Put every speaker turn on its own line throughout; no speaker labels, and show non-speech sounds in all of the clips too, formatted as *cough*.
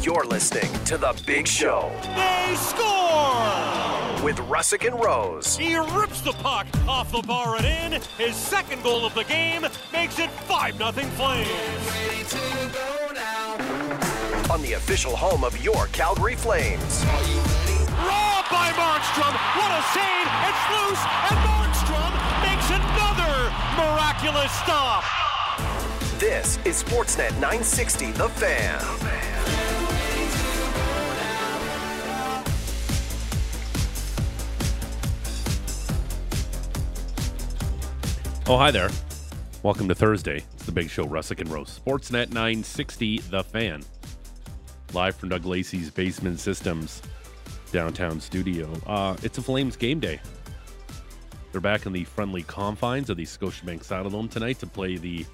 You're listening to The Big Show
They score!
with Russick and Rose.
He rips the puck off the bar and in. His second goal of the game makes it 5 0 Flames.
on the official home of your Calgary Flames.
Robbed by Markstrom. What a save. It's loose. And Markstrom makes another miraculous stop.
This is Sportsnet 960 The Fan.
Oh, hi there. Welcome to Thursday. It's the big show, Russick and Rose. Sportsnet 960, The Fan. Live from Doug Lacey's Basement Systems downtown studio. Uh, it's a Flames game day. They're back in the friendly confines of the Scotiabank Saddledome tonight to play the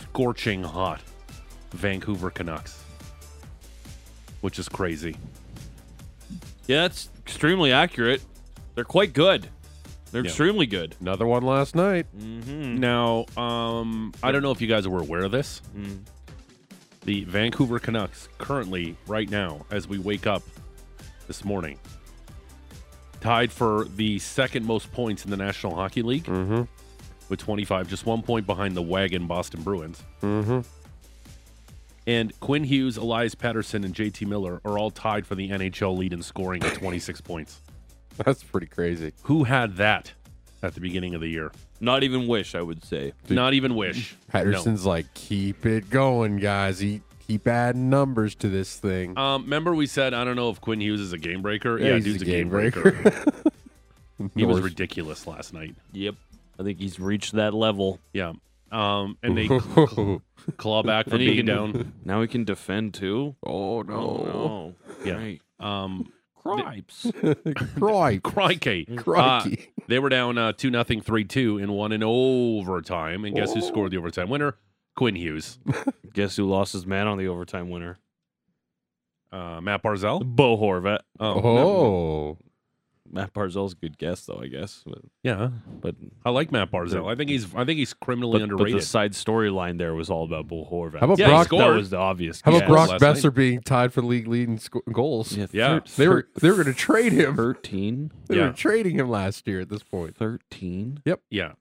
scorching hot Vancouver Canucks, which is crazy.
Yeah, that's extremely accurate. They're quite good. They're
Yeah.
extremely good.
Another one last night. Mm-hmm. Now, um, I don't know if you guys were aware of this. The Vancouver Canucks currently, right now, as we wake up this morning, tied for the second most points in the National Hockey League with 25, just one point behind the wagon Boston Bruins. Mm-hmm. And Quinn Hughes, Elias Patterson, and JT Miller are all tied for the NHL lead in scoring at 26 points.
*laughs* That's pretty crazy.
Who had that at the beginning of the year?
Not even wish, I would say.
Not even wish.
Patterson's like, keep it going, guys. He, keep adding numbers to this thing.
No.
*laughs*
Um, remember we said I don't know if Quinn Hughes is a game breaker. Yeah,
he's
dude's a
a game
game, breaker. he was ridiculous last night.
Yep. I think he's reached that level.
Yeah. Um, and
*laughs*
they
Oh,
cl- claw back for
And he
being
can-
down.
*laughs* Now he can defend too.
oh
Oh, no.
Yeah.
Right.
Um,
Cripes.
*laughs*
Right.
crikey, Uh,
Crikey.
they were down uh, two nothing, three two, and one in overtime. And guess who scored the overtime winner? Quinn Hughes,
Guess who lost his man on the overtime winner?
uh, Matt Barzell.
Bo Horvat.
Oh.
Matt Barzell's a good guess, though, I guess. But,
yeah,
but,
I like Matt Barzell. I think he's I think he's criminally
but, but
underrated.
the side storyline there was all about Bo Horvat.
How about
Yeah, he
Brock?
scored.
That was the obvious
How about
guess.
Brock
last
Besser being tied for league leading sco- goals?
Yeah.
Yeah.
thir-
They were
thir-
they were going to trade him.
13.
They
Yeah.
were trading him last year at this point
13.
yeah,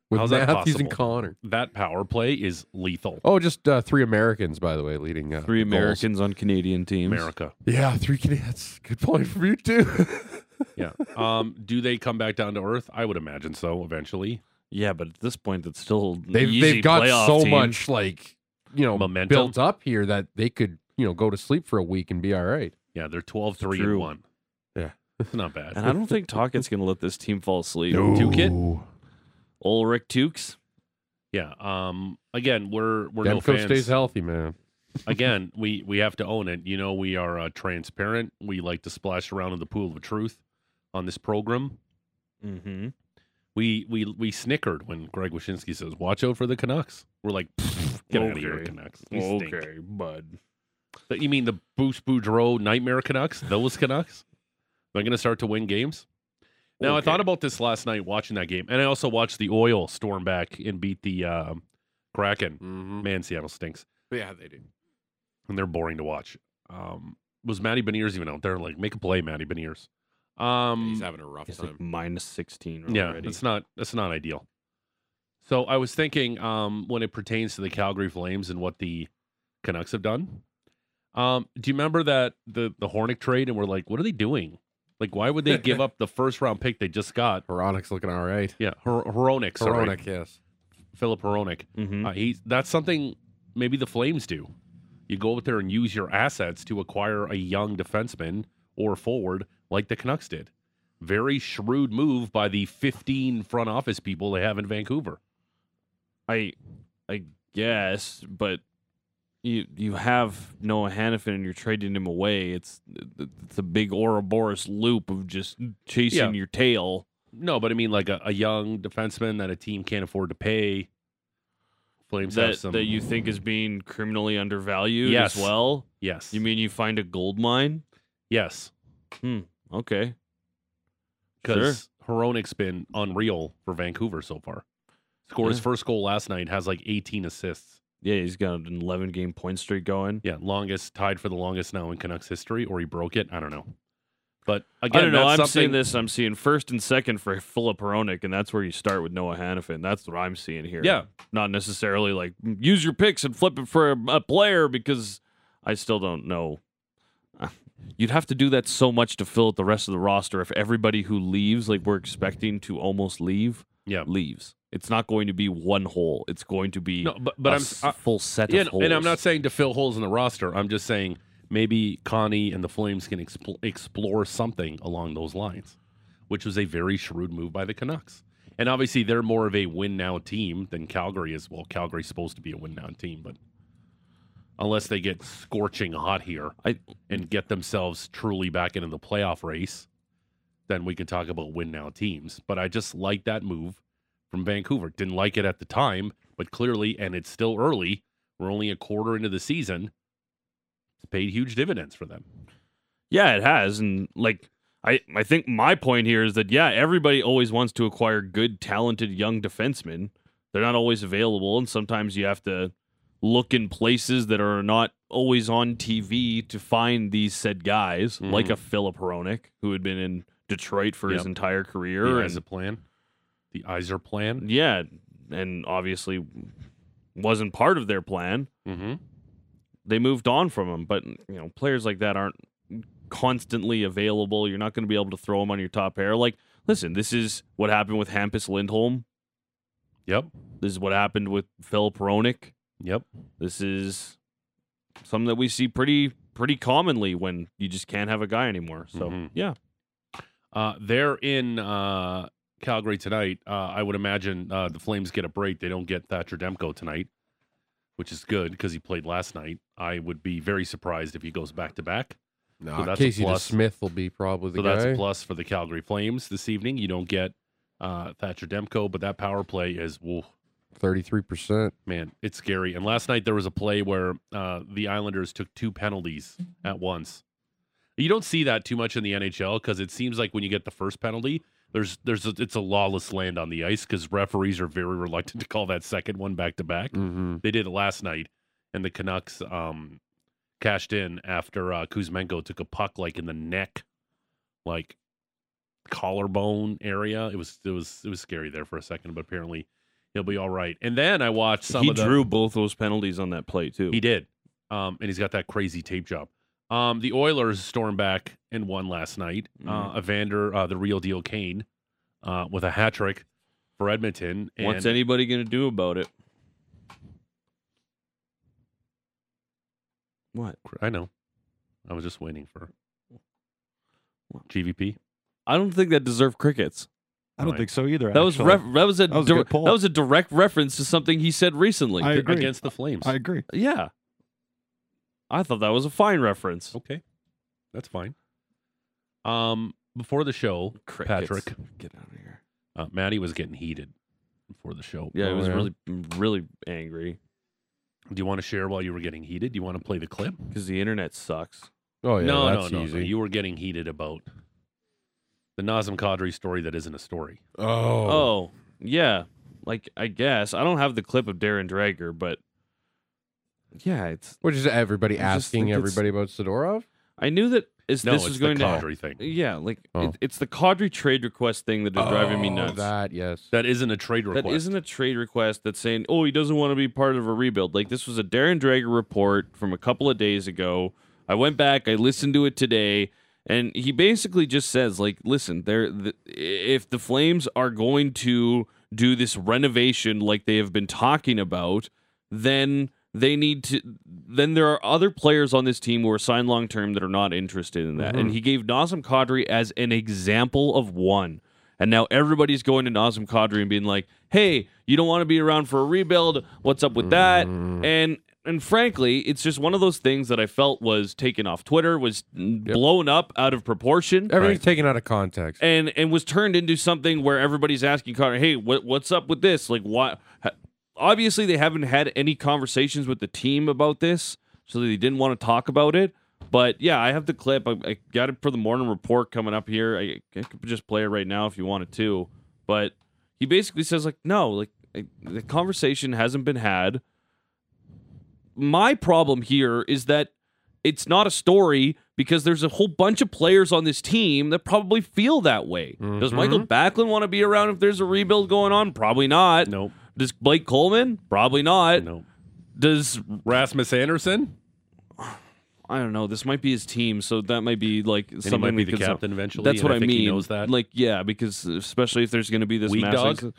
with
how's that
Matthews
possible?
and Connor.
that power play is lethal.
Oh, just uh, three Americans, by the way, leading uh,
Three
goals.
Americans on Canadian teams.
America.
Yeah, three Canadians. Good point from you too. *laughs*
*laughs*
Yeah. Um, do they come back down to earth? I would imagine so eventually.
Yeah, but at this point, that's still an
they've
easy
they've got
playoff
so
team.
much like you know
Momentum.
built up here that they could you know go to sleep for a week and be all right.
Yeah, they're 12 3 and
True.
1.
Yeah.
It's not bad.
And I don't think Tockett's going to let this team fall asleep.
Duke it?
Ulrich Tukes.
yeah. Um again, we're we're no
Demko
fans.
stays healthy, man.
again, we we have to own it. You know, we are uh, transparent. We like to splash around in the pool of truth on this program.
Mm-hmm.
We we we snickered when Greg Wyshynski says, "Watch out for the Canucks." We're like, "Pfft, "Get out of here,
Okay.
Canucks." You stink.
Okay, bud.
But You mean the Boost Boudreaux nightmare Canucks? Those Canucks? They're going to start to win games? Now, I
Okay.
thought about this last night watching that game, and I also watched the Oil storm back and beat the um Kraken.
Mm-hmm.
Man, Seattle stinks,
Yeah, they do.
and they're boring to watch. Um, was Matty Beniers even out there? Like, make a play, Matty Beniers. Um,
having a rough
It's like minus 16 already.
yeah, that's not that's not ideal. So I was thinking, um, when it pertains to the Calgary Flames and what the Canucks have done. Um, do you remember that the the Hornick trade and we're like, what are they doing? Like, why would they give up the first round pick they just got?
Horonic's looking all right.
Yeah, Her- Horonick, sorry,
Horonic, yes.
Philip Horonick.
Mhm.
Uh, he's that's something maybe the Flames do. You go out there and use your assets to acquire a young defenseman or forward like the Canucks did. Very shrewd move by the 15 front office people they have in Vancouver.
I, I guess, but you you have Noah Hannafin and you're trading him away. It's it's a big Ouroboros loop of just chasing
Yeah.
your tail.
No, but I mean like a, a young defenseman that a team can't afford to pay. Flames have
that
some
that you think is being criminally undervalued
Yes.
as well.
yes.
You mean you find a gold mine?
yes?
Okay.
Because Hronik's been unreal for Vancouver so far. Scored his
Yeah.
first goal last night, has like 18 assists.
Yeah, he's got an 11 game point streak going.
Yeah, longest tied for the longest now in Canucks history, or he broke it. I don't know. But again,
I don't know. I'm
that's
seeing
something-
this. I'm seeing first and second for Philip Peronic, and that's where you start with Noah Hannafin. That's what I'm seeing here.
Yeah.
Not necessarily like use your picks and flip it for a, a player because I still don't know. *laughs* Uh, You'd have to do that so much to fill out the rest of the roster if everybody who leaves, like we're expecting to almost leave,
Yeah.
leaves. It's not going to be one hole. It's going to be
No, but but
a
I'm
s-
I-
full set
yeah,
of holes.
and I'm not saying to fill holes in the roster. I'm just saying maybe Connie and the Flames can expl- explore something along those lines, which was a very shrewd move by the Canucks. And obviously, they're more of a win now team than Calgary is. Well, Calgary's supposed to be a win now team, but unless they get scorching hot here
I-
and get themselves truly back into the playoff race, then we can talk about win now teams. But I just like that move from Vancouver. Didn't like it at the time, but clearly, and it's still early. We're only a quarter into the season. It's paid huge dividends for them.
Yeah, it has, and like I, I think my point here is that yeah, everybody always wants to acquire good, talented young defensemen. They're not always available, and sometimes you have to look in places that are not always on TV to find these said guys, like
Mhm.
a Philip Hronik, who had been in Detroit for his
Yep.
entire career.
The
and-
Iser plan, the Iser plan.
yeah, and obviously wasn't part of their plan.
Mm-hmm.
they moved on from him. But you know, players like that aren't constantly available. You're not going to be able to throw them on your top pair. Like, listen, this is what happened with Hampus Lindholm.
Yep.
This is what happened with Phil Peronic.
Yep.
This is something that we see pretty pretty commonly when you just can't have a guy anymore. So
Mhm.
yeah,
Uh, they're in uh, Calgary tonight. Uh, I would imagine uh, the Flames get a break. They don't get Thatcher Demko tonight, which is good because he played last night. I would be very surprised if he goes back to back.
Nah,
that's a
Casey
plus.
Smith will be probably the
So
guy.
that's a plus for the Calgary Flames this evening. You don't get uh, Thatcher Demko, but that power play is woof.
Thirty-three percent.
Man, it's scary. And last night there was a play where uh, the Islanders took two penalties at once. You don't see that too much in the NHL because it seems like when you get the first penalty, there's there's a, it's a lawless land on the ice because referees are very reluctant to call that second one back to back.
Mm-hmm.
They did it last night, and the Canucks um, cashed in after uh, Kuzmenko took a puck like in the neck, like collarbone area. It was it was it was scary there for a second, but apparently he'll be all right. And then I watched some
he
of the
drew both those penalties on that play too.
he did. Um, and he's got that crazy tape job. Um, the Oilers stormed back and won last night.
Mm-hmm.
Uh, Evander, uh, the real deal Kane, uh, with a hat trick for Edmonton. And
What's anybody going to do about it? What?
I know. I was just waiting for GVP.
I don't think that deserved crickets.
I don't
Right.
think so either.
That was
actually.
ref- that was a,
That was a
dir-
good pull.
that was a direct reference to something he said recently.
I agree.
against the Flames.
I agree.
yeah, I thought that was a fine reference.
okay, that's fine. Um, before the show,
Crickets.
Patrick.
get out of here.
uh, Maddie was getting heated before the show.
Yeah, he
Oh,
was
yeah?
really really angry
Do you want to share while you were getting heated? Do you want to play the clip?
because the internet sucks.
Oh yeah,
no,
that's
no, no,
easy.
no. You were getting heated about the Nazem Kadri story that isn't a story.
oh,
Oh. yeah, like I guess I don't have the clip of Darren Drager, but yeah, it's
which is everybody
I just
asking
think it's-
everybody about Sidorov.
I knew that is
No,
this
it's
was going
the
to
Kadri thing.
yeah, like
Oh.
it, it's the Cadre trade request thing that is driving me
Oh,
nuts.
That yes.
That isn't a trade request.
That isn't a trade request that's saying, oh, he doesn't want to be part of a rebuild. Like, this was a Darren Drager report from a couple of days ago. I went back, I listened to it today, and he basically just says, like, listen, there, th- if the Flames are going to do this renovation like they have been talking about, then they need to then there are other players on this team who are signed long term that are not interested in that.
Mm-hmm.
And he gave Nazem Kadri as an example of one. And now everybody's going to Nazem Kadri and being like, "Hey, you don't want to be around for a rebuild. What's up with that?" And and frankly, it's just one of those things that I felt was taken off Twitter, was blown up out of proportion
Everything's taken out of context.
and and was turned into something where everybody's asking Connor, "Hey, what what's up with this? Like, why?" ha- Obviously, they haven't had any conversations with the team about this, so they didn't want to talk about it. But yeah, I have the clip. I, I got it for the morning report coming up here. I, I could just play it right now if you wanted to. But he basically says like, "No, like I, the conversation hasn't been had." my problem here is that it's not a story because there's a whole bunch of players on this team that probably feel that way.
Mm-hmm.
Does Michael Backlund want to be around if there's a rebuild going on? Probably not.
Nope.
Does Blake Coleman? Probably not.
Nope.
Does
Rasmus Anderson?
I don't know. This might be his team, so that might be like
And he
something
might be
we
the
could-
captain eventually.
That's
and
what
I,
I,
think
mean.
He knows that.
Like, yeah, because especially if there's going to be this
Weak
mass
dog?
exo-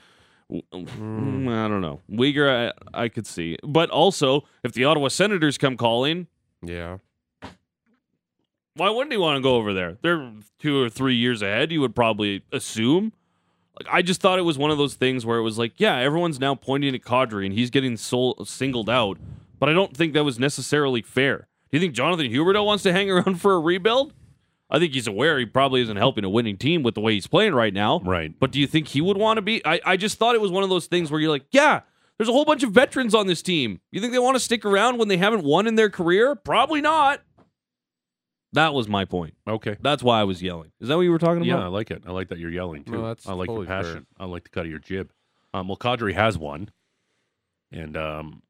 W- mm, I don't know. Uyghur, I, I could see, but also if the Ottawa Senators come calling,
Yeah.
why wouldn't he want to go over there? They're two or three years ahead. You would probably assume. Like, I just thought it was one of those things where it was like, yeah, everyone's now pointing at Kadri and he's getting sol- singled out, but I don't think that was necessarily fair. Do you think Jonathan Huberto wants to hang around for a rebuild? I think he's aware he probably isn't helping a winning team with the way he's playing right now.
Right.
But do you think he would want to be? I, I just thought it was one of those things where you're like, yeah, there's a whole bunch of veterans on this team. You think they want to stick around when they haven't won in their career? Probably not. That was my point.
Okay.
That's why I was yelling. Is that what you were talking
Yeah, I
about?
like it. I like that you're yelling too.
No, that's
I like
totally
your
fair.
passion. I like the cut of your jib. Um, well, Kadri has one, and um,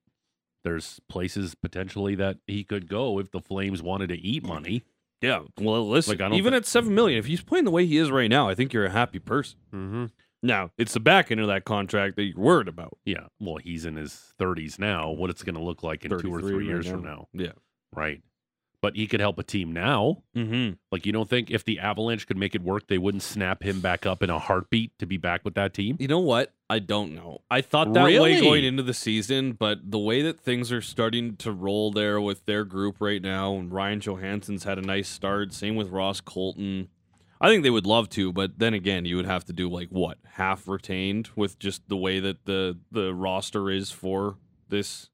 there's places potentially that he could go if the Flames wanted to eat money.
Yeah. Well, listen,
Like, I don't
even
thi-
at seven million, if he's playing the way he is right now, I think you're a happy person.
Mm-hmm.
Now, it's the back end of that contract that you're worried about.
Yeah. Well, he's in his 30s now. What it's going to look like in two or
33
three
right
years
now.
from now,
Yeah.
right? But he could help a team now.
Mm-hmm.
Like you don't think if the Avalanche could make it work, they wouldn't snap him back up in a heartbeat to be back with that team?
You know what? I don't know. I thought that way
Really?
going into the season, but the way that things are starting to roll there with their group right now, and Ryan Johansson's had a nice start. Same with Ross Colton. I think they would love to, but then again, you would have to do like what half retained with just the way that the the roster is for this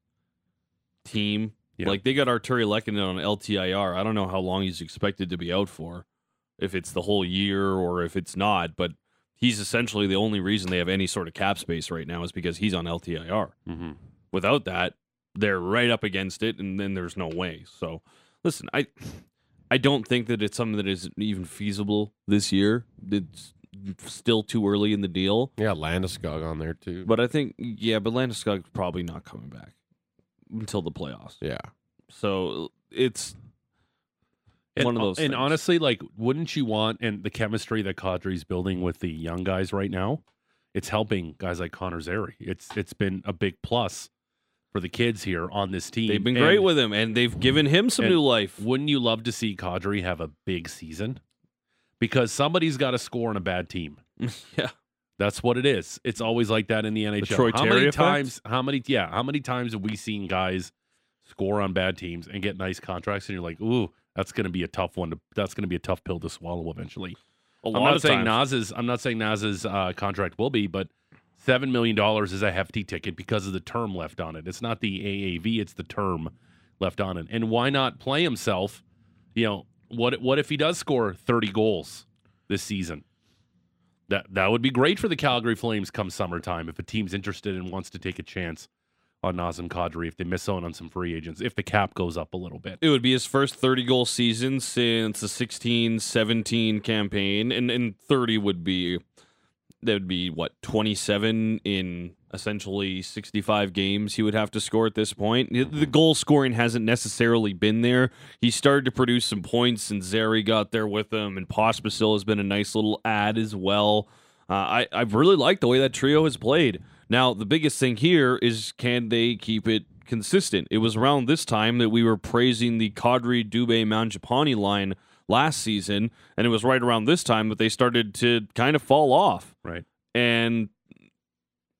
team.
Yeah.
Like they got Arturi Lekkinen on LTIR. I don't know how long he's expected to be out for, if it's the whole year or if it's not. But he's essentially the only reason they have any sort of cap space right now is because he's on LTIR.
Mm-hmm.
Without that, they're right up against it, and then there's no way. So, listen, I I don't think that it's something that is even feasible this year. It's still too early in the deal.
Yeah, Landeskog on there too.
But I think, yeah, but Landeskog's probably not coming back until the playoffs.
yeah.
So it's one of
o-
those.
And
things.
honestly, like, wouldn't you want and the chemistry that Kadri's building with the young guys right now? It's helping guys like Connor Zary. It's it's been a big plus for the kids here on this team.
they've been
And
great with him, and they've given him some
and-
new life.
Wouldn't you love to see Kadri have a big season? Because somebody's got to score on a bad team.
*laughs* Yeah.
That's what it is. It's always like that in the NHL.
Troy
how
Terry
many
effect?
times? How many? Yeah. How many times have we seen guys score on bad teams and get nice contracts? And you're like, ooh, that's going to be a tough one. To, that's going to be a tough pill to swallow eventually.
A
I'm
lot
not
of
saying
times.
Nas's. I'm not saying Nas's uh, contract will be, but seven million dollars is a hefty ticket because of the term left on it. It's not the AAV; it's the term left on it. And why not play himself? You know what? What if he does score 30 goals this season? That that would be great for the Calgary Flames come summertime if a team's interested and wants to take a chance on Nazem Kadri if they miss out on some free agents if the cap goes up a little bit.
it would be his first 30 goal season since the 16 17 campaign and and 30 would be that would be what 27 in essentially 65 games he would have to score at this point the goal scoring hasn't necessarily been there he started to produce some points and zary got there with him and pospisil has been a nice little add as well uh, I, I really like the way that trio has played. Now, the biggest thing here is can they keep it consistent? It was around this time that we were praising the Kadri Dubé Manjapani line last season, and it was right around this time that they started to kind of fall off.
Right.
And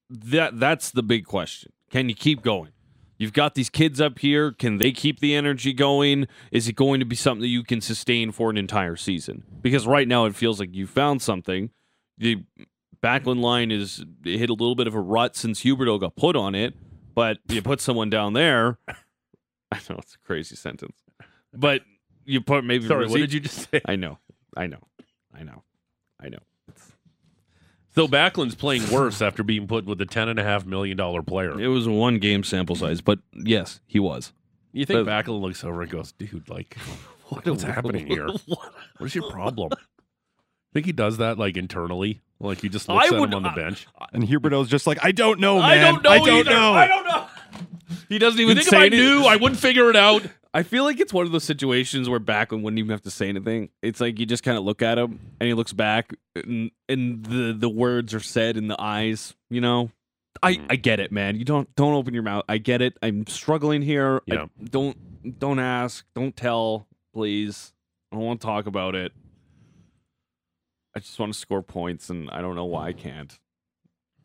that that's the big question. Can you keep going? You've got these kids up here. Can they keep the energy going? Is it going to be something that you can sustain for an entire season? Because right now it feels like you found something. The Backlund line is it hit a little bit of a rut since Huberto got put on it, but you put someone down there. *laughs* I know it's a crazy sentence, but you put maybe
Sorry, what
Rosic-
did you just *laughs* say?
I know, I know, I know, I know.
So Backlund's playing worse after being put with a ten and a half million dollar player.
It was a one game sample size, but yes, he was.
You think Backlund looks over and goes, "Dude, *laughs* like, what's happening *laughs* here? What's your *laughs* problem?" think he does that like internally. Like he just looks
I
at
would-
him on the
I-
bench.
And Huberto's just like, I don't know, man.
I don't know
I don't
either.
know.
I don't know. He doesn't even
Even
think if I
saying it-
knew, I would.
wouldn't figure it out.
I feel like it's one of those situations where Backlund wouldn't even have to say anything. It's like you just kind of look at him, and he looks back, and, and the the words are said in the eyes. You know,
Mm-hmm.
I I get it, man. You don't don't open your mouth. I get it. I'm struggling here. I
Yeah.
don't don't ask. Don't tell, please. I don't want to talk about it. I just want to score points, and I don't know why I can't.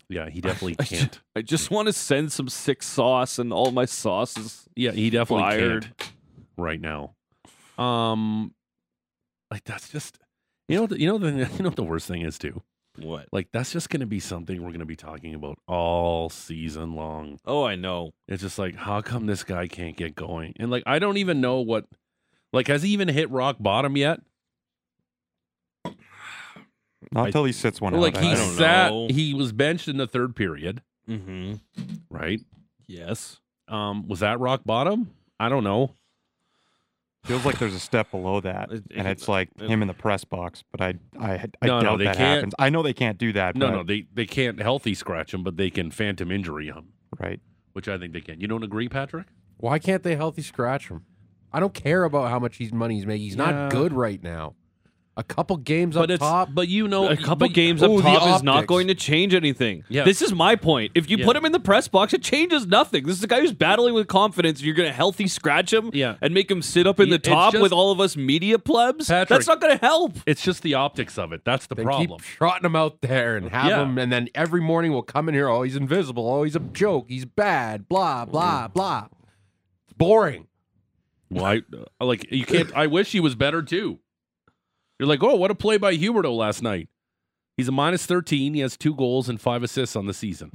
Yeah, he *laughs* definitely
I ju-
can't.
I just want to send some sick sauce, and all my sauce is
Yeah, he definitely
fired.
can't right now. Um, like that's just you know the, you know the *laughs* you know what the worst thing is too.
What?
Like that's just going to be something we're going to be talking about all season long.
Oh, I know.
It's just like how come this guy can't get going? And like I don't even know what like has he even hit rock bottom yet?
Not until he sits one
Well,
out.
like
I
he
don't know.
sat
know.
he was benched in the third period,
Mm-hmm.
right?
Yes.
Um was that rock bottom? I don't know.
feels like there's a step below that,
It-
and
it-
it's like
it-
him in the press box. But I, I, I
No, no,
doubt
they
that
can't-
happens. I know they can't do that.
No,
but,
no, they they can't healthy scratch him, but they can phantom injury him,
right.
which I think they can. You don't agree, Patrick?
Why can't they healthy scratch him? I don't care about how much he's money he's making. He's
Yeah.
not good right now. A couple games
but
up
it's
top.
but you know
a couple
but-
games
ooh, the
up top is not
optics.
going to change anything.
Yeah.
This is my point. If you
Yeah.
put him in the press box, it changes nothing. This is a guy who's battling with confidence. You're going to healthy scratch him
Yeah.
and make him sit up in
Yeah,
the
it's
top
just-
with all of us media plebs.
Patrick.
That's not going to help.
It's just the optics of it. That's the
Then
problem.
keep trotting him out there and have
Yeah.
him, and then every morning we'll come in here. Oh, he's invisible. Oh, he's a joke. He's bad. Blah blah blah. It's boring.
Why? uh, like you can't. I wish he was better too. You're like, oh, what a play by Huberto last night. He's a minus thirteen. He has two goals and five assists on the season.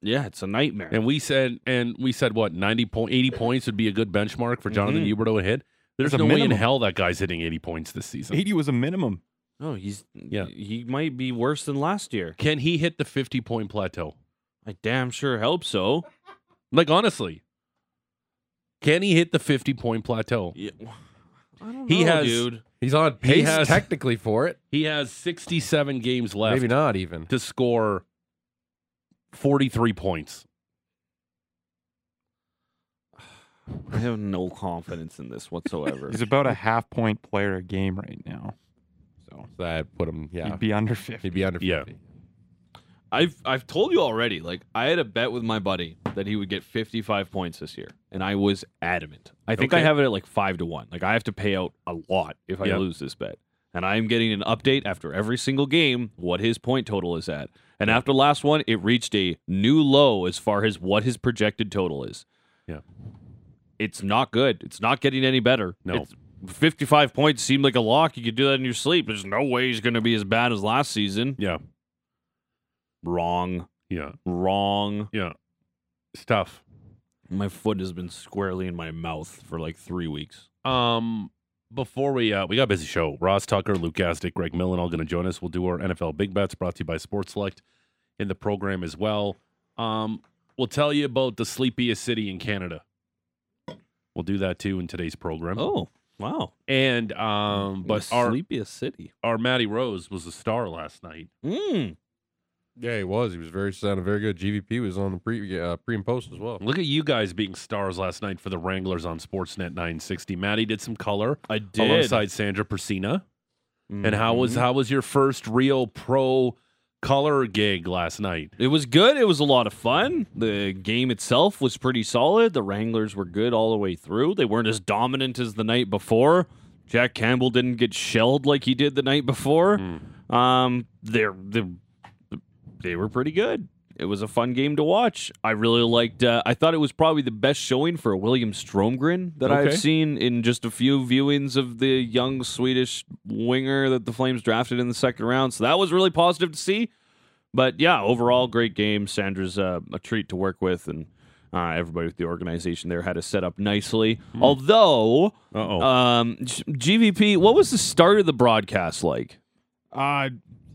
Yeah, it's a nightmare.
And we said, and we said, what ninety point, eighty points would be a good benchmark for Jonathan Huberto to hit. There's
There's a
no way in
minimum.
hell that guy's hitting eighty points this season.
Eighty was a minimum.
no, Oh, he's
Yeah.
he might be worse than last year.
Can he hit the fifty point plateau?
I damn sure hope so.
Like honestly, can he hit the fifty point plateau?
Yeah. I don't
He
know,
has-
dude.
He's on
He
pace
has-
*laughs* technically for it.
He has sixty seven games left.
Maybe not even.
to score 43 points.
I have no confidence in this
*laughs*
whatsoever.
He's about a half point player a game right now. So
That put him. Yeah,
he'd be under fifty.
he'd be under. 50.
Yeah.
I've I've told you already. Like I had a bet with my buddy that he would get 55 points this year, and I was adamant. I think I
Okay.
have it at like five to one. Like I have to pay out a lot if I
Yeah.
lose this bet, and I am getting an update after every single game what his point total is at. And after last one, it reached a new low as far as what his projected total is.
Yeah.
it's not good. It's not getting any better.
No.
It's- 55 points seemed like a lock. You could do that in your sleep. There's no way he's going to be as bad as last season.
Yeah.
Wrong
Yeah.
wrong.
Yeah. It's tough.
My foot has been squarely in my mouth for like three weeks.
Um, before we uh, we got a busy show. Ross Tucker, Luke Gastic, Greg Millen all going to join us. We'll do our NFL big bets brought to you by Sports Select in the program as well. Um, we'll tell you about the sleepiest city in Canada. We'll do that too in today's program.
Oh, wow.
and um, but
the
our
sleepiest city.
our Matty Rose was a star last night.
Mm.
Yeah, he was. He was very sounded very good. GVP was on the pre uh, pre and post as well.
Look at you guys being stars last night for the Wranglers on Sportsnet 960. Maddie did some color
I did.
alongside Sandra Persina. And how was how was your first real pro color gig last night?
It was good. It was a lot of fun. The game itself was pretty solid. The Wranglers were good all the way through. They weren't as dominant as the night before. Jack Campbell didn't get shelled like he did the night before. Um, they're, they're they were pretty good. It was a fun game to watch. I really liked. Uh, I thought it was probably the best showing for William Stromgren that
Okay.
I've seen in just a few viewings of the young Swedish winger that the Flames drafted in the second round. So that was really positive to see. But yeah, overall, great game. Sandra's uh, a treat to work with, and uh, everybody with the organization there had it set up nicely.
Hmm.
Although,
Uh-oh.
um, G- GVP, what was the start of the broadcast like?
Uh,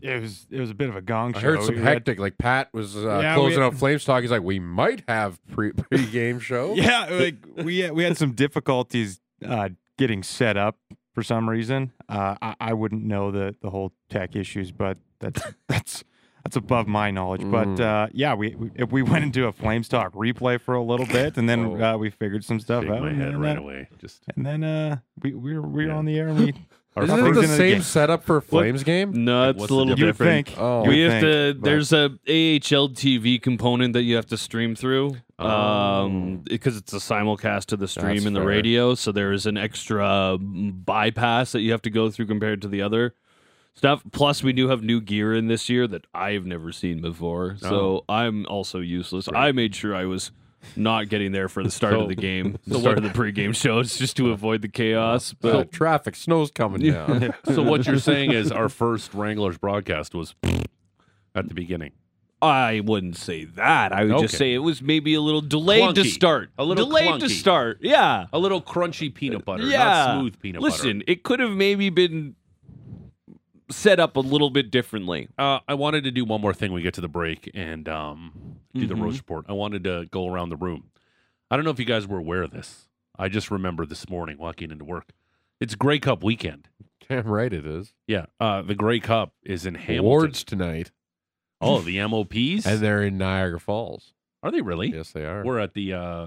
it was it was a bit of a gong show.
I heard some
We had-
hectic. Like Pat was uh,
Yeah, we-
closing out Flames talk. He's like, we might have pre *laughs* pre game show.
Yeah, like we had- we had some difficulties uh, getting set up for some reason. Uh, I, I wouldn't know the the whole tech issues, but *laughs* that's that's that's above my knowledge.
Mm.
But uh, yeah, we, we if we went into a Flames talk replay for a little bit, and then uh, we figured some stuff
Oh. Shake
out.
my
and
head
then,
right
uh,
away. Just
And then uh, we we were, we were
Yeah.
on the air. and
*laughs*
We
Our
Isn't it
Flames
the
in the
same
game.
setup for Flames game?
No, it's
what's
a
the
little
difference?
you would
different.
think
Oh.
you
we
would
have
think,
to.
but-
There's a AHL TV component that you have to stream through, um, because it's a simulcast to the stream
Oh. That's
and the
fair.
radio. So there is an extra mm, bypass that you have to go through compared to the other stuff. Plus, we do have new gear in this year that I've never seen before.
Oh.
So I'm also useless. I made sure I was. Not getting there for the start
So-
*laughs*
of the game, the start of the pregame shows, just to avoid the chaos.
Still
But
traffic, snow's coming down.
*laughs* *laughs* so what you're saying is our first Wranglers broadcast was at the beginning.
I wouldn't say that. I would
Okay.
just say it was maybe a little delayed to
Clunky.
start.
A little
delayed to
clunky.
start. Yeah.
A little crunchy peanut butter,
yeah.
not smooth peanut butter.
Listen, it could have maybe been set up a little bit differently.
Uh, I wanted to do one more thing. when We get to the break and um, do the roast report. I wanted to go around the room. I don't know if you guys were aware of this. I just remember this morning walking into work. It's Grey Cup weekend.
Damn right it is.
Yeah, uh, the Grey Cup is in Hamilton.
Awards tonight,
Oh, the MOPs
and they're in Niagara Falls.
are they really?
Yes, they are.
We're at the uh,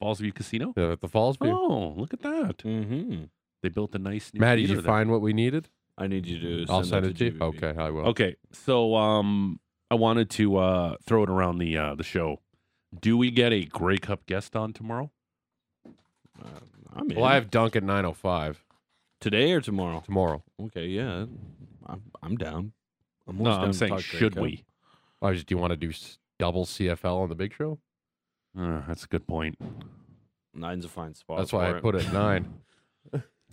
Fallsview Casino.
They're at the Falls View.
Oh, look at that!
Mm-hmm.
They built a nice new.
Matt, did you
theater there.
find what we needed?
I need you to. Send
I'll
that
send it to you.
JVP.
Okay, I will.
Okay, so um, I wanted to uh throw it around the uh the show. Do we get a Grey Cup guest on tomorrow?
I'm in.
Well, I have Dunk at 9.05
today or tomorrow.
tomorrow.
Okay. Yeah. I'm, I'm down. I'm
No,
almost down
I'm
to
saying
talk
should
Grey Cup.
we?
I was, do you want to do s- double CFL on the big show?
Uh, that's a good point.
Nine's a fine spot.
That's why
for
I
*laughs*
put it at 9.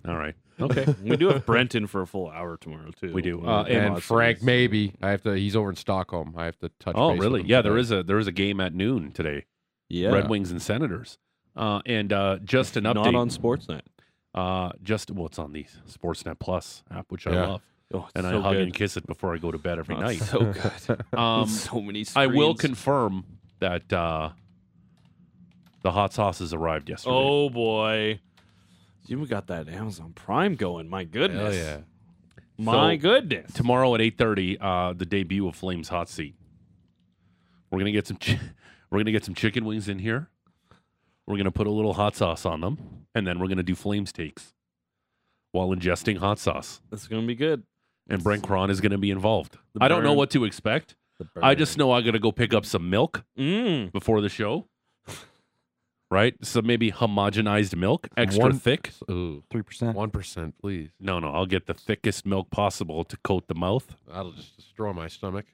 All right. Okay.
we do have Brenton for a full hour tomorrow too.
We do.
Yeah.
Uh,
and
Lots of
Frank,
these-
maybe. I have to. He's over in Stockholm. I have to touch
oh,
base with
really?
him
Yeah, there
today.
is a there is a game at noon today.
Yeah.
Red Wings and Senators. Uh, and uh, just an update.
Not on Sportsnet.
uh, just well, it's on the Sportsnet Plus app, which I
Yeah.
love,
Oh, it's
and I
so
hug
good.
and kiss it before I go to bed every
Oh,
night.
it's So
*laughs*
good.
um,
so many.
I will
screens.
confirm that uh, the hot sauces arrived yesterday.
Oh boy, you got that Amazon Prime going. My goodness.
Hell yeah.
My
So,
goodness.
tomorrow at eight thirty, uh, the debut of Flames Hot Seat. We're gonna get some. Chi- *laughs* we're gonna get some chicken wings in here. We're gonna put a little hot sauce on them, and then we're gonna do flame steaks while ingesting hot sauce.
It's gonna be good.
And Brent Cron is gonna be involved.
The
I don't know
burn.
what to expect. I just know I gotta go pick up some
*laughs*
milk
Mm.
before the show. Right, so maybe homogenized milk, extra
One-
thick.
Ooh,
three percent.
1%, please.
No, no, I'll get the thickest milk possible to coat the mouth.
That'll just destroy my stomach.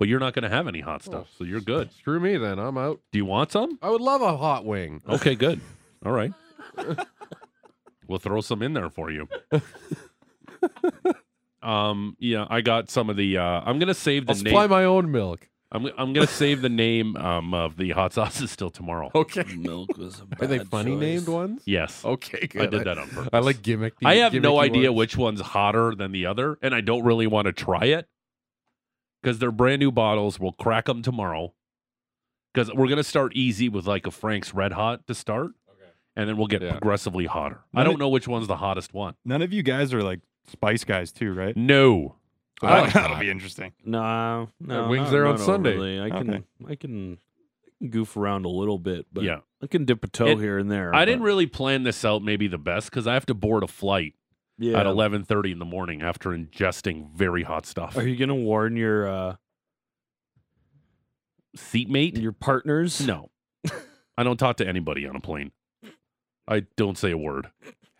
But you're not going to have any hot stuff, so you're good.
Screw me then. I'm out.
Do you want some?
I would love a hot wing.
Okay,
*laughs*
good. All right. we'll throw some in there for you. um, yeah, I got some of the. Uh, I'm gonna save the
I'll supply
name.
my own milk.
I'm, I'm gonna save the name um, of the hot *laughs* sauces till tomorrow.
Okay.
Milk was.
*laughs*
A
Are they
bad
funny
choice.
named ones?
Yes,
Okay, Oh, good.
I did that on purpose.
I like gimmick.
I have no
gimmicky
idea
ones.
which one's hotter than the other, and I don't really want to try it because they're brand new bottles. We'll crack them tomorrow because we're gonna start easy with like a Frank's Red Hot to start, and then we'll get
Yeah.
progressively hotter. I
Let
don't
me-
know which one's the hottest one.
None of you guys are like spice guys too, right?
No.
I like
That'll
hot.
be interesting.
No, no.
Red Wings
not-
there on
not
Sunday.
overly. I can.
Okay.
I can. I can goof around a little bit, but
yeah.
I can dip a toe
It-
here and there.
I didn't really plan this out maybe the best because I have to board a flight
really. Yeah.
at 11.30 in the morning after ingesting very hot stuff.
Are you gonna warn your uh,
Seatmate?
your partners? *laughs*
No. I don't talk to anybody on a plane. I don't say a word.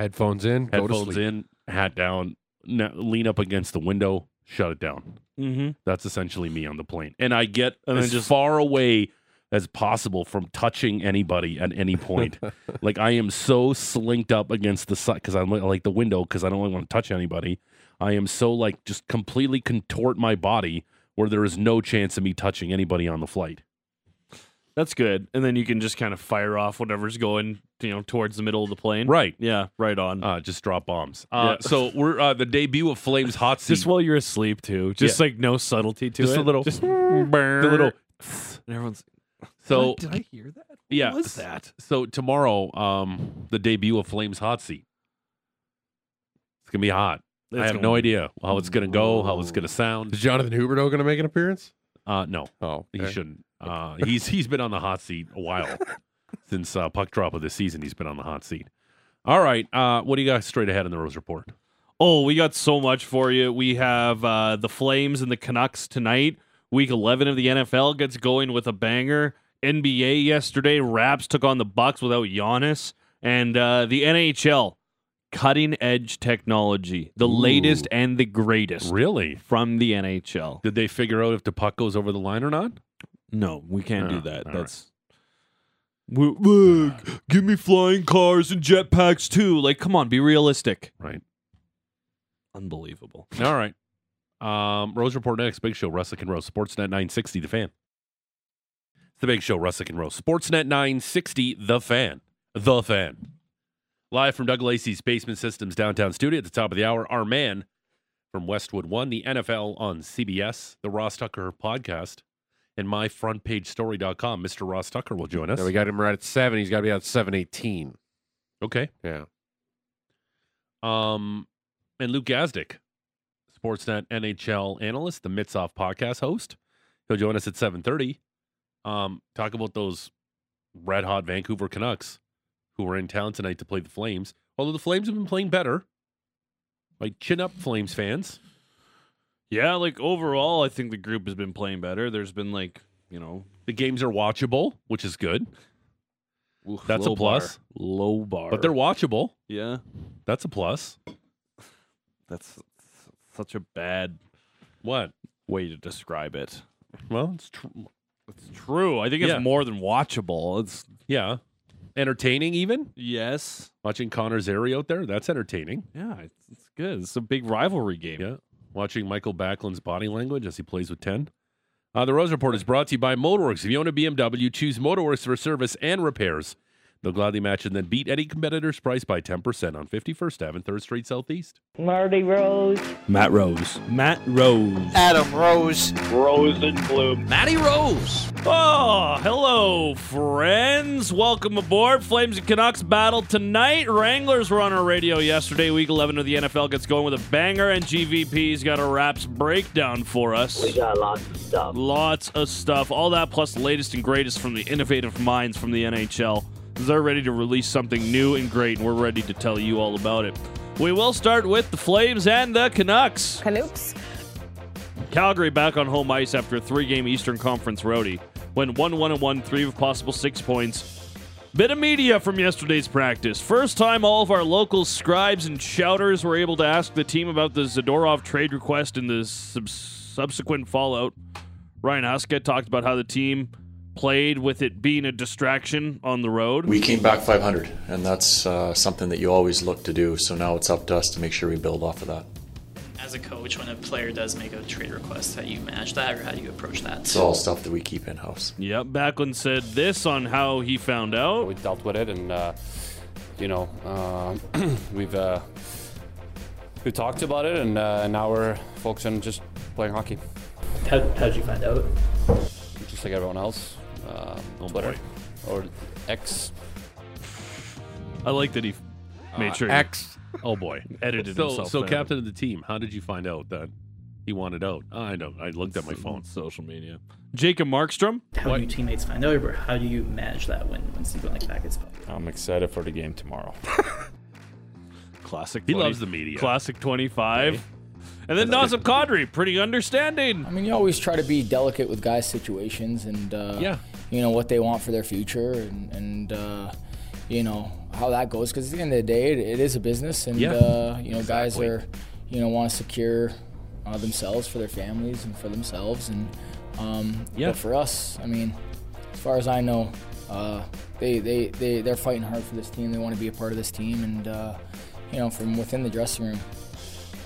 Headphones in. go to
Headphones
sleep.
in, hat down, na- lean up against the window, shut it down.
Mm-hmm.
That's essentially me on the plane. And I get
And then
as
just-
far away as possible from touching anybody at any point. like I am so slinked up against the side because I'm li- like the window because I don't really want to touch anybody. I am so like just completely contort my body where there is no chance of me touching anybody on the flight.
That's good. And then you can just kind of fire off whatever's going, you know, towards the middle of the plane.
Right.
Yeah, right on.
Uh, just drop bombs. Uh,
Yeah.
So we're uh, the debut of Flames Hot Seat.
just while you're asleep too. Just like no subtlety to
Just
it.
a little-
*laughs* Just
the little.
and everyone's
So
did I hear that? What
yeah.
was that?
So tomorrow, um, the debut of Flames Hot Seat. It's gonna be hot. I have no idea how it's going to go, how it's going to
Is
sound.
Jonathan Huberto going to make an appearance?
Uh, no,
Oh,
he shouldn't. Uh, he's he's been on the hot seat a while *laughs* since uh, puck drop of the season. He's been on the hot seat. All right, uh, what do you got straight ahead in the Rose report?
Oh, we got so much for you. We have uh, the Flames and the Canucks tonight. Week 11 of the NFL gets going with a banger. NBA yesterday, Raps took on the Bucks without Giannis, and uh, the NHL, cutting edge technology, the latest and the greatest
Really?
from the NHL.
Did they figure out if the puck goes over the line or not?
No, we can't
Oh,
do that.
all
That's W- w- give me flying cars and jetpacks too. Like, come on, be realistic.
Right.
Unbelievable.
All right. Um, Rose Report next. Big Show, Russick and Rose, Sportsnet 960, The Fan. It's the Big Show, Russick and Rose, Sportsnet 960, The Fan. The Fan. Live from Doug Lacey's Basement Systems downtown studio at the top of the hour, our man from Westwood One, the NFL on CBS, the Ross Tucker podcast, and myfrontpagestory.com. Mr. Ross Tucker will join us.
Yeah, we got him right at seven. He's got to be out at seven eighteen.
Okay.
Yeah.
Um, and Luke Gazdick, Sportsnet NHL analyst, the Mitts Off podcast host. He'll join us at seven thirty. Um, talk about those red hot Vancouver Canucks who were in town tonight to play the Flames. Although the Flames have been playing better. Like chin up, Flames fans.
Yeah, like overall, I think the group has been playing better. There's been like you know
The games are watchable, which is good. That's a
low bar.
plus.
low bar,
But they're watchable.
yeah,
That's a plus.
that's s- such a bad
What?
way to describe it.
Well, it's tr-
It's true. I think it's
Yeah.
more than watchable. It's
yeah, entertaining. Even
yes,
watching Connor's area out there, that's entertaining.
yeah, it's, it's good. It's a big rivalry game.
Yeah. Watching Michael Backlund's body language as he plays with 10. Uh, the Rose Report is brought to you by Motorworks. If you own a BMW, choose Motorworks for service and repairs. They'll gladly match and then beat any competitor's price by 10% on 51st Ave and 3rd Street Southeast.
Marty Rose.
Matt Rose. Matt Rose.
Adam Rose.
Oh, hello, friends. Welcome aboard. Flames and Canucks battle tonight. Wranglers were on our radio yesterday. Week 11 of the NFL gets going with a banger, and GVP's got a Raps breakdown for us.
We got lots of stuff.
Lots of stuff. All that plus the latest and greatest from the innovative minds from the NHL. They're ready to release something new and great, and we're ready to tell you all about it. We will start with the Flames and the Canucks.
Canoops.
Calgary back on home ice after a three-game Eastern Conference roadie. Went 1-1 and 1, 3 of possible 6 points. Bit of media from yesterday's practice. First time all of our local scribes and shouters were able to ask the team about the Zadorov trade request and the sub- subsequent fallout. Ryan Huska talked about how the team played with it being a distraction on the road.
We came back 500, and that's uh, something that you always look to do. So now it's up to us to make sure we build off of that.
As a coach, when a player does make a trade request, how do you manage that or how do you approach that?
It's all stuff that we keep in house.
yep, Backlund said this on how he found out.
We dealt with it, and uh, you know, uh, *clears throat* we've uh, we talked about it, and uh, now we're focusing on just playing hockey,
How, how'd you find out?
just like everyone else. Uh, Twitter or X.
I like that he made sure he
X.
Oh, boy.
edited
so,
himself.
so
down.
captain of the team, how did you find out that he wanted out? I know. I looked at my phone.
social media. Jacob Markstrom.
How do your teammates find out or how do you manage that when, when something like that gets public?
I'm excited for the game tomorrow.
Classic.
He loves the media.
Classic 25. And then Nazem Kadri. Pretty understanding.
I mean, you always try to be delicate with guys' situations, and uh,
Yeah.
you know what they want for their future, and and uh, you know how that goes. Because at the end of the day, it, it is a business, and
Yeah.
uh, you know guys
Exactly.
are you know want to secure uh, themselves for their families and for themselves, and um,
Yeah.
But for us, I mean, as far as I know, uh, they they they they're fighting hard for this team. They want to be a part of this team, and uh, you know from within the dressing room,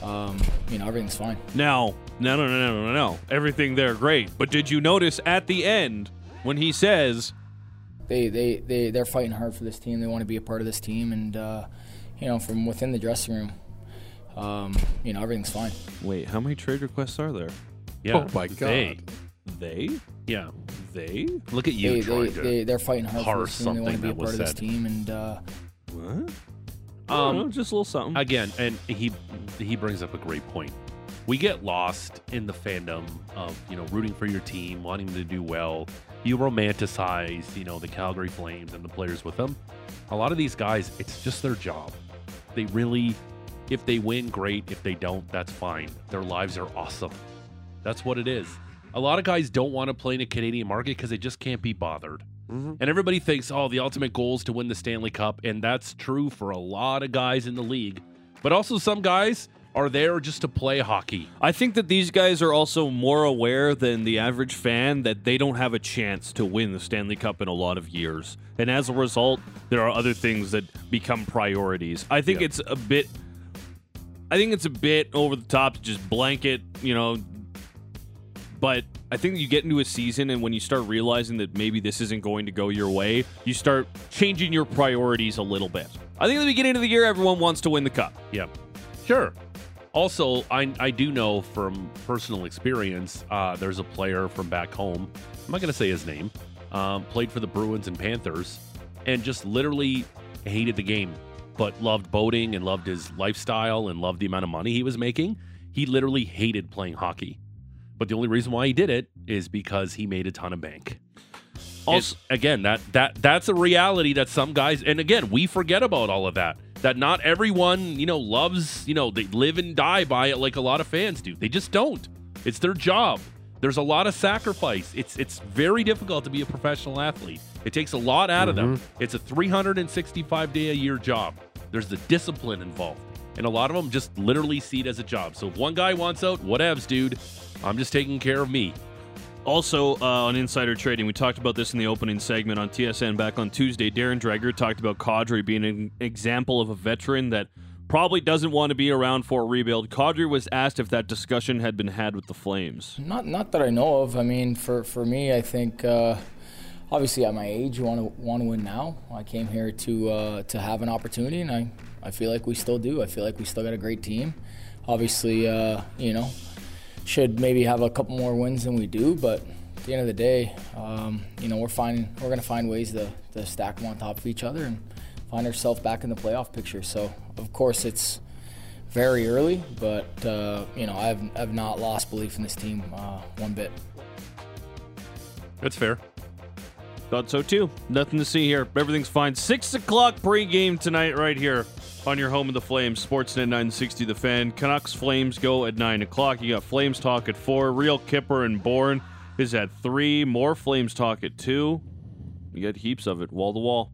um, you know everything's fine.
Now, no, no, no, no, no, no. Everything there, great. But did you notice at the end when he says,
they they they they're fighting hard for this team. They want to be a part of this team, and uh, you know, from within the dressing room, um, you know, everything's fine.
wait, how many trade requests are there?
Yeah.
Oh, my God.
They-
They?
yeah.
They?
Look at
They
you
they,
trying to.
they they're fighting hard for
parse
this team. They want
something
to be a
that was
part of this
said.
team, and uh,
What? Um, just a little something.
Again, and he he brings up a great point. We get lost in the fandom of you know rooting for your team, wanting to do well. You romanticize you know the Calgary Flames and the players with them. A lot of these guys, it's just their job. They really, if they win, great. If they don't, that's fine. Their lives are awesome. That's what it is. A lot of guys don't want to play in a Canadian market because they just can't be bothered. And everybody thinks, oh, the ultimate goal is to win the Stanley Cup. And that's true for a lot of guys in the league. But also, some guys are there just to play hockey.
I think that these guys are also more aware than the average fan that they don't have a chance to win the Stanley Cup in a lot of years. And as a result, there are other things that become priorities. I think it's a bit I think it's a bit over the top to just blanket, you know, but I think you get into a season and when you start realizing that maybe this isn't going to go your way, you start changing your priorities a little bit. I think at the beginning of the year everyone wants to win the cup.
Yeah. Sure. Also, I, I do know from personal experience, uh, there's a player from back home. I'm not going to say his name. Um, played for the Bruins and Panthers and just literally hated the game, but loved boating and loved his lifestyle and loved the amount of money he was making. He literally hated playing hockey. But the only reason why he did it is because he made a ton of bank. Also, again, that that that's a reality that some guys, and again, we forget about all of that. That not everyone, you know, loves, you know, they live and die by it like a lot of fans do. They just don't. It's their job. There's a lot of sacrifice. It's it's very difficult to be a professional athlete. It takes a lot out of them.
Mm-hmm.
It's a 365 day a year job. There's the discipline involved, and a lot of them just literally see it as a job. So if one guy wants out, whatevs, dude. I'm just taking care of me.
Also, uh, on insider trading, we talked about this in the opening segment on TSN back on Tuesday. Darren Dreger talked about Kadri being an example of a veteran that probably doesn't want to be around for a rebuild. Kadri was asked if that discussion had been had with the Flames.
Not not that I know of. I mean, for for me, I think uh, obviously at my age, you want to want to win now. I came here to uh, to have an opportunity, and I I feel like we still do. I feel like we still got a great team. Obviously, uh, you know, should maybe have a couple more wins than we do, but. At the end of the day, um, you know, we're finding we're gonna find ways to, to stack them on top of each other and find ourselves back in the playoff picture. So, of course, it's very early, but uh, you know, I've I've not lost belief in this team uh, one bit.
That's fair.
Thought so too. Nothing to see here. Everything's fine. Six o'clock pregame tonight, right here on your home of the Flames, Sportsnet 960 The Fan. Canucks Flames go at nine o'clock. You got Flames talk at four. Real Kipper and Bourne is at three. More Flames talk at two. You got heaps of it, wall to wall.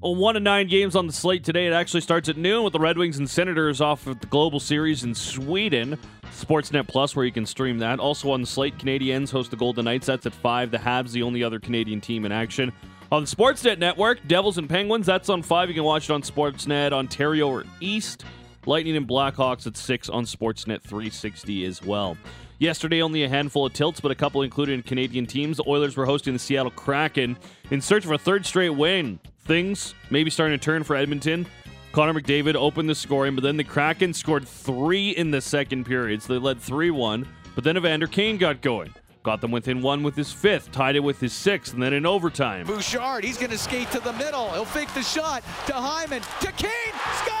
Well, one of nine games on the slate today. It actually starts at noon with the Red Wings and Senators off of the Global Series in Sweden. Sportsnet Plus, where you can stream that. Also on the slate, Canadiens host the Golden Knights. That's at 5. The Habs, the only other Canadian team in action. On the Sportsnet Network, Devils and Penguins, that's on 5. You can watch it on Sportsnet Ontario or East. Lightning and Blackhawks at 6 on Sportsnet 360 as well. Yesterday, only a handful of tilts, but a couple included in Canadian teams. The Oilers were hosting the Seattle Kraken in search of a third straight win. Things maybe starting to turn for Edmonton. Connor McDavid opened the scoring, but then the Kraken scored three in the second period, so they led 3 1. But then Evander Kane got going. Got them within one with his fifth, tied it with his sixth, and then in overtime.
Bouchard, he's going to skate to the middle. He'll fake the shot to Hyman, to Kane, scores!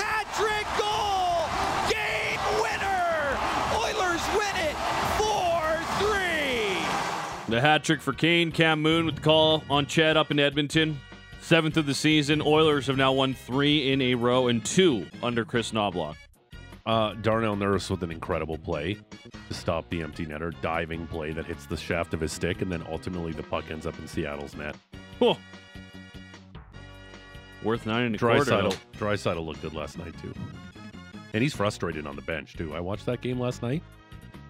Hat-trick goal! Game winner! Oilers win it 4-3!
The hat trick for Kane. Cam Moon with the call on Chad up in Edmonton. Seventh of the season. Oilers have now won three in a row and two under Chris Knobloch.
Uh, Darnell Nurse with an incredible play to stop the empty netter, diving play that hits the shaft of his stick, and then ultimately the puck ends up in Seattle's net.
Oh. Worth nine and a quarter.
Drysidle,
though.
Drysidle looked good last night too, and he's frustrated on the bench too. I watched that game last night.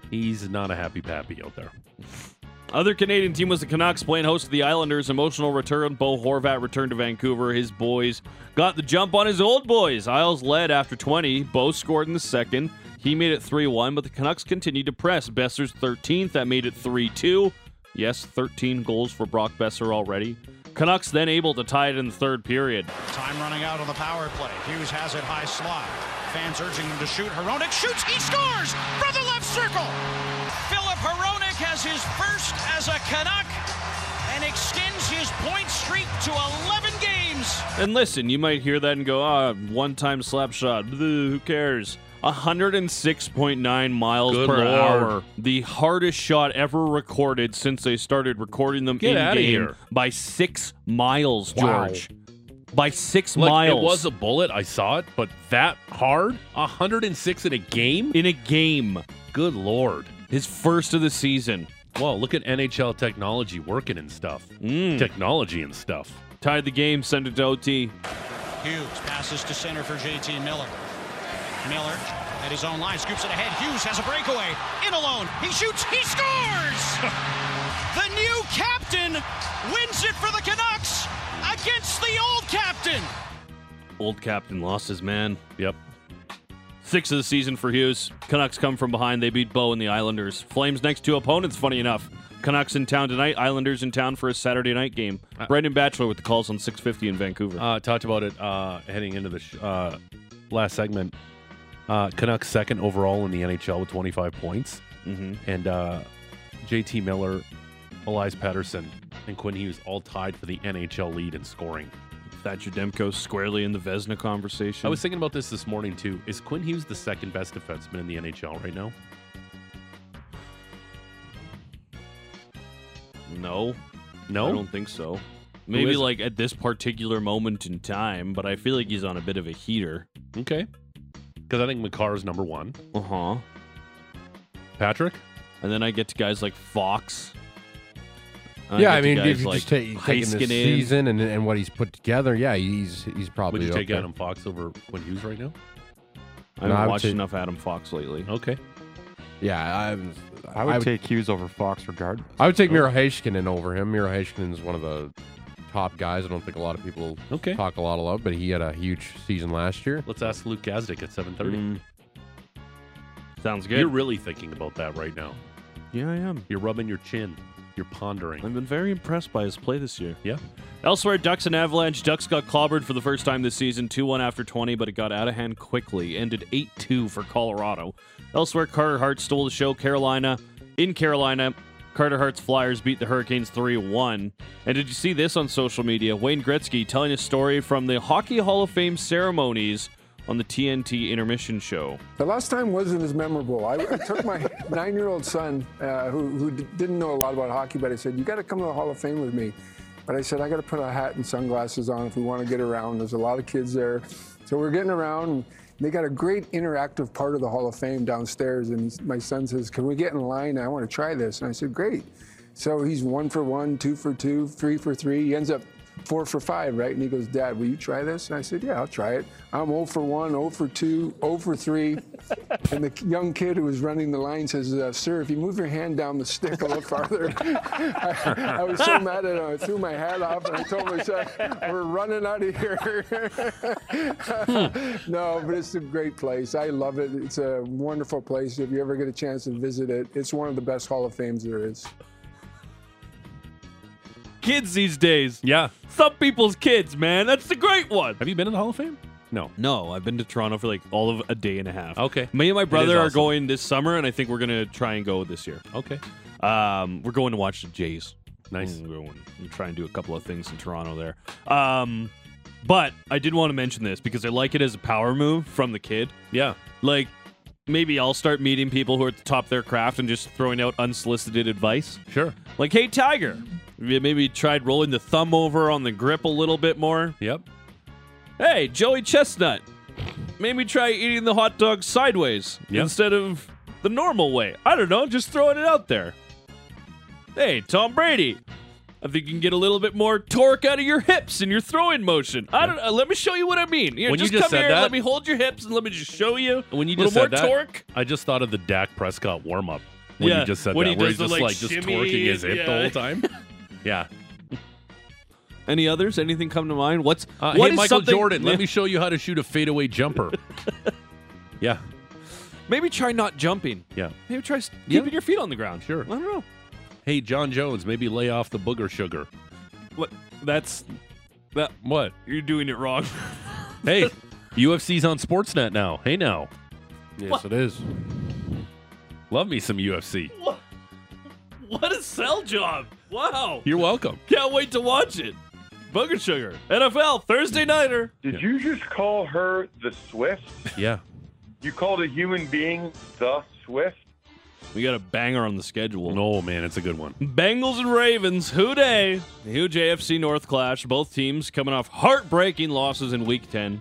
He's not a happy pappy out there.
Other Canadian team was the Canucks playing host to the Islanders. Emotional return. Bo Horvat returned to Vancouver. His boys got the jump on his old boys. Isles led after 20. Bo scored in the second. He made it 3 1, but the Canucks continued to press. Besser's 13th. That made it 3 2. Yes, 13 goals for Brock Besser already. Canucks then able to tie it in the third period.
Time running out on the power play. Hughes has it high slot. Fans urging him to shoot. Hronik shoots. He scores from the left circle.
Philip Hronik has his first as a Canuck and extends his point streak to 11 games.
games.
And listen, you might hear that and go, ah, one time slap shot. Bleh, Who cares? 106.9 miles
Good
per
lord.
hour. The hardest shot ever recorded since they started recording them
Get
in
outta
game
here.
by six miles,
Wow.
George. By six
Like,
miles.
It was a bullet. I saw it, but that hard? 106 in a game?
In a game.
Good lord.
His first of the season.
Well, look at NHL technology working and stuff. Technology and stuff.
Tied the game, sent it to OT.
Hughes passes to center for JT Miller. Miller at his own line scoops it ahead. Hughes has a breakaway. In alone. He shoots. He scores. *laughs* the new captain wins it for the Canucks against the old captain.
Old captain lost his man.
Yep.
Six of the season for Hughes. Canucks come from behind. They beat Bo and the Islanders. Flames next two opponents, funny enough. Canucks in town tonight. Islanders in town for a Saturday night game.
Uh,
Brendan Batchelor with the calls on 650 in Vancouver.
Uh, talked about it uh, heading into the sh- uh, last segment. Uh, Canucks second overall in the NHL with 25 points.
Mm-hmm.
And uh, JT Miller, Elias Patterson, and Quinn Hughes all tied for the NHL lead in scoring.
Thatcher Demko squarely in the Vesna conversation.
I was thinking about this this morning too. Is Quinn Hughes the second best defenseman in the NHL right now?
no,
No?
I don't think so. Maybe
is it?
like at this particular moment in time, but I feel like he's on a bit of a heater.
Okay. Because I think McCarr is number one.
Uh huh.
Uh-huh.
Patrick?
And then I get to guys like Fox. And
yeah,
get
I
to
mean,
guys
if you
like
just take taking
Heiskanen.
this season and, and what he's put together, yeah, he's he's probably
Would you take
okay.
Adam Fox over Quinn Hughes right now?
No,
I haven't
I would
watched
say-
enough Adam Fox lately.
Okay.
Yeah, I, was-
I would take Hughes over Fox regardless.
I would
Oh.
take Miro Heiskanen over him. Miro Heiskanen is one of the top guys. I don't think a lot of people
Okay.
talk a lot about, but he had a huge season last year.
Let's ask Luke Gazdick at 7.30.
Mm. Sounds good.
You're really thinking about that right now.
yeah, I am.
You're rubbing your chin. You're pondering.
I've been very impressed by his play this year.
yeah.
Elsewhere, Ducks and Avalanche. Ducks got clobbered for the first time this season, 2 1 after 20, but it got out of hand quickly. Ended 8 2 for Colorado. Elsewhere, Carter Hart stole the show. Carolina, in Carolina, Carter Hart's Flyers beat the Hurricanes 3 1. And did you see this on social media? Wayne Gretzky telling a story from the Hockey Hall of Fame ceremonies on the TNT intermission show.
The last time wasn't as memorable. I, *laughs* I took my nine-year-old son, uh, who, who d- didn't know a lot about hockey, but I said, "You got to come to the Hall of Fame with me." But I said, "I got to put a hat and sunglasses on if we want to get around. There's a lot of kids there." So we're getting around. And they got a great interactive part of the Hall of Fame downstairs, and he's- my son says, "Can we get in line? I want to try this." And I said, "Great." So he's one for one, two for two, three for three. He ends up four for five, right? And he goes, Dad, will you try this? And I said, Yeah, I'll try it. I'm 0 for 1, 0 for 2, 0 for 3. and the young kid who was running the line says, uh, Sir, if you move your hand down the stick a little farther. *laughs* I, I was so mad at him. I threw my hat off and I told my son, We're running out of here. *laughs* no, but it's a great place. I love it. It's a wonderful place. If you ever get a chance to visit it, it's one of the best Hall of Fames there is.
Kids these days.
Yeah.
Some people's kids, man. That's the great one.
Have you been in the Hall of Fame? No.
No, I've been to Toronto for like all of a day and a half.
Okay.
Me and my
It is
brother are
awesome.
going this summer, and I think we're gonna try and go this year.
Okay.
Um, we're going to watch the Jays.
Nice.
Mm.
We're going and try and do a couple of things in Toronto there. Um, but I did want to mention this because I like it as a power move from the kid.
Yeah.
Like maybe I'll start meeting people who are at the top of their craft and just throwing out unsolicited advice.
Sure.
Like, hey, Tiger, have you maybe tried rolling the thumb over on the grip a little bit more?
Yep.
Hey, Joey Chestnut, maybe try eating the hot dog sideways
Yep.
instead of the normal way. I don't know, just throwing it out there. Hey, Tom Brady, I think you can get a little bit more torque out of your hips in your throwing motion. I don't. Uh, let me show you what I mean. Here,
When you
just
just
come
said
here.
that-
let me hold your hips and let me just show you.
When you
a little
just said
more
that,
torque.
I just thought of the Dak Prescott warm up. When
Yeah,
you just said
when
that,
he
where he's
does the,
just
like,
like, just
shimmy
twerking his
and-
hip the
yeah.
whole time. yeah.
Any others? Anything come to mind? What's
Uh,
what
hey,
is
Michael
something-
Jordan, let me show you how to shoot a fadeaway
*laughs*
jumper. yeah.
maybe try not jumping.
Yeah.
Maybe try s-
Yeah.
keeping your feet on the ground.
Sure.
I don't know.
Hey, John Jones, maybe lay off the booger sugar.
What? That's that.
What?
You're doing it wrong. *laughs*
Hey, UFC's on Sportsnet now. Hey, now.
Yes, it is.
Love me some UFC.
What a sell job! Wow.
You're welcome.
Can't wait to watch it. Booger Sugar, NFL Thursday Nighter.
Did you just call her the Swift?
Yeah.
You called a human being the Swift?
We got a banger on the schedule.
No, man, it's a good one.
Bengals and Ravens, who day? The huge AFC North clash. Both teams coming off heartbreaking losses in Week 10.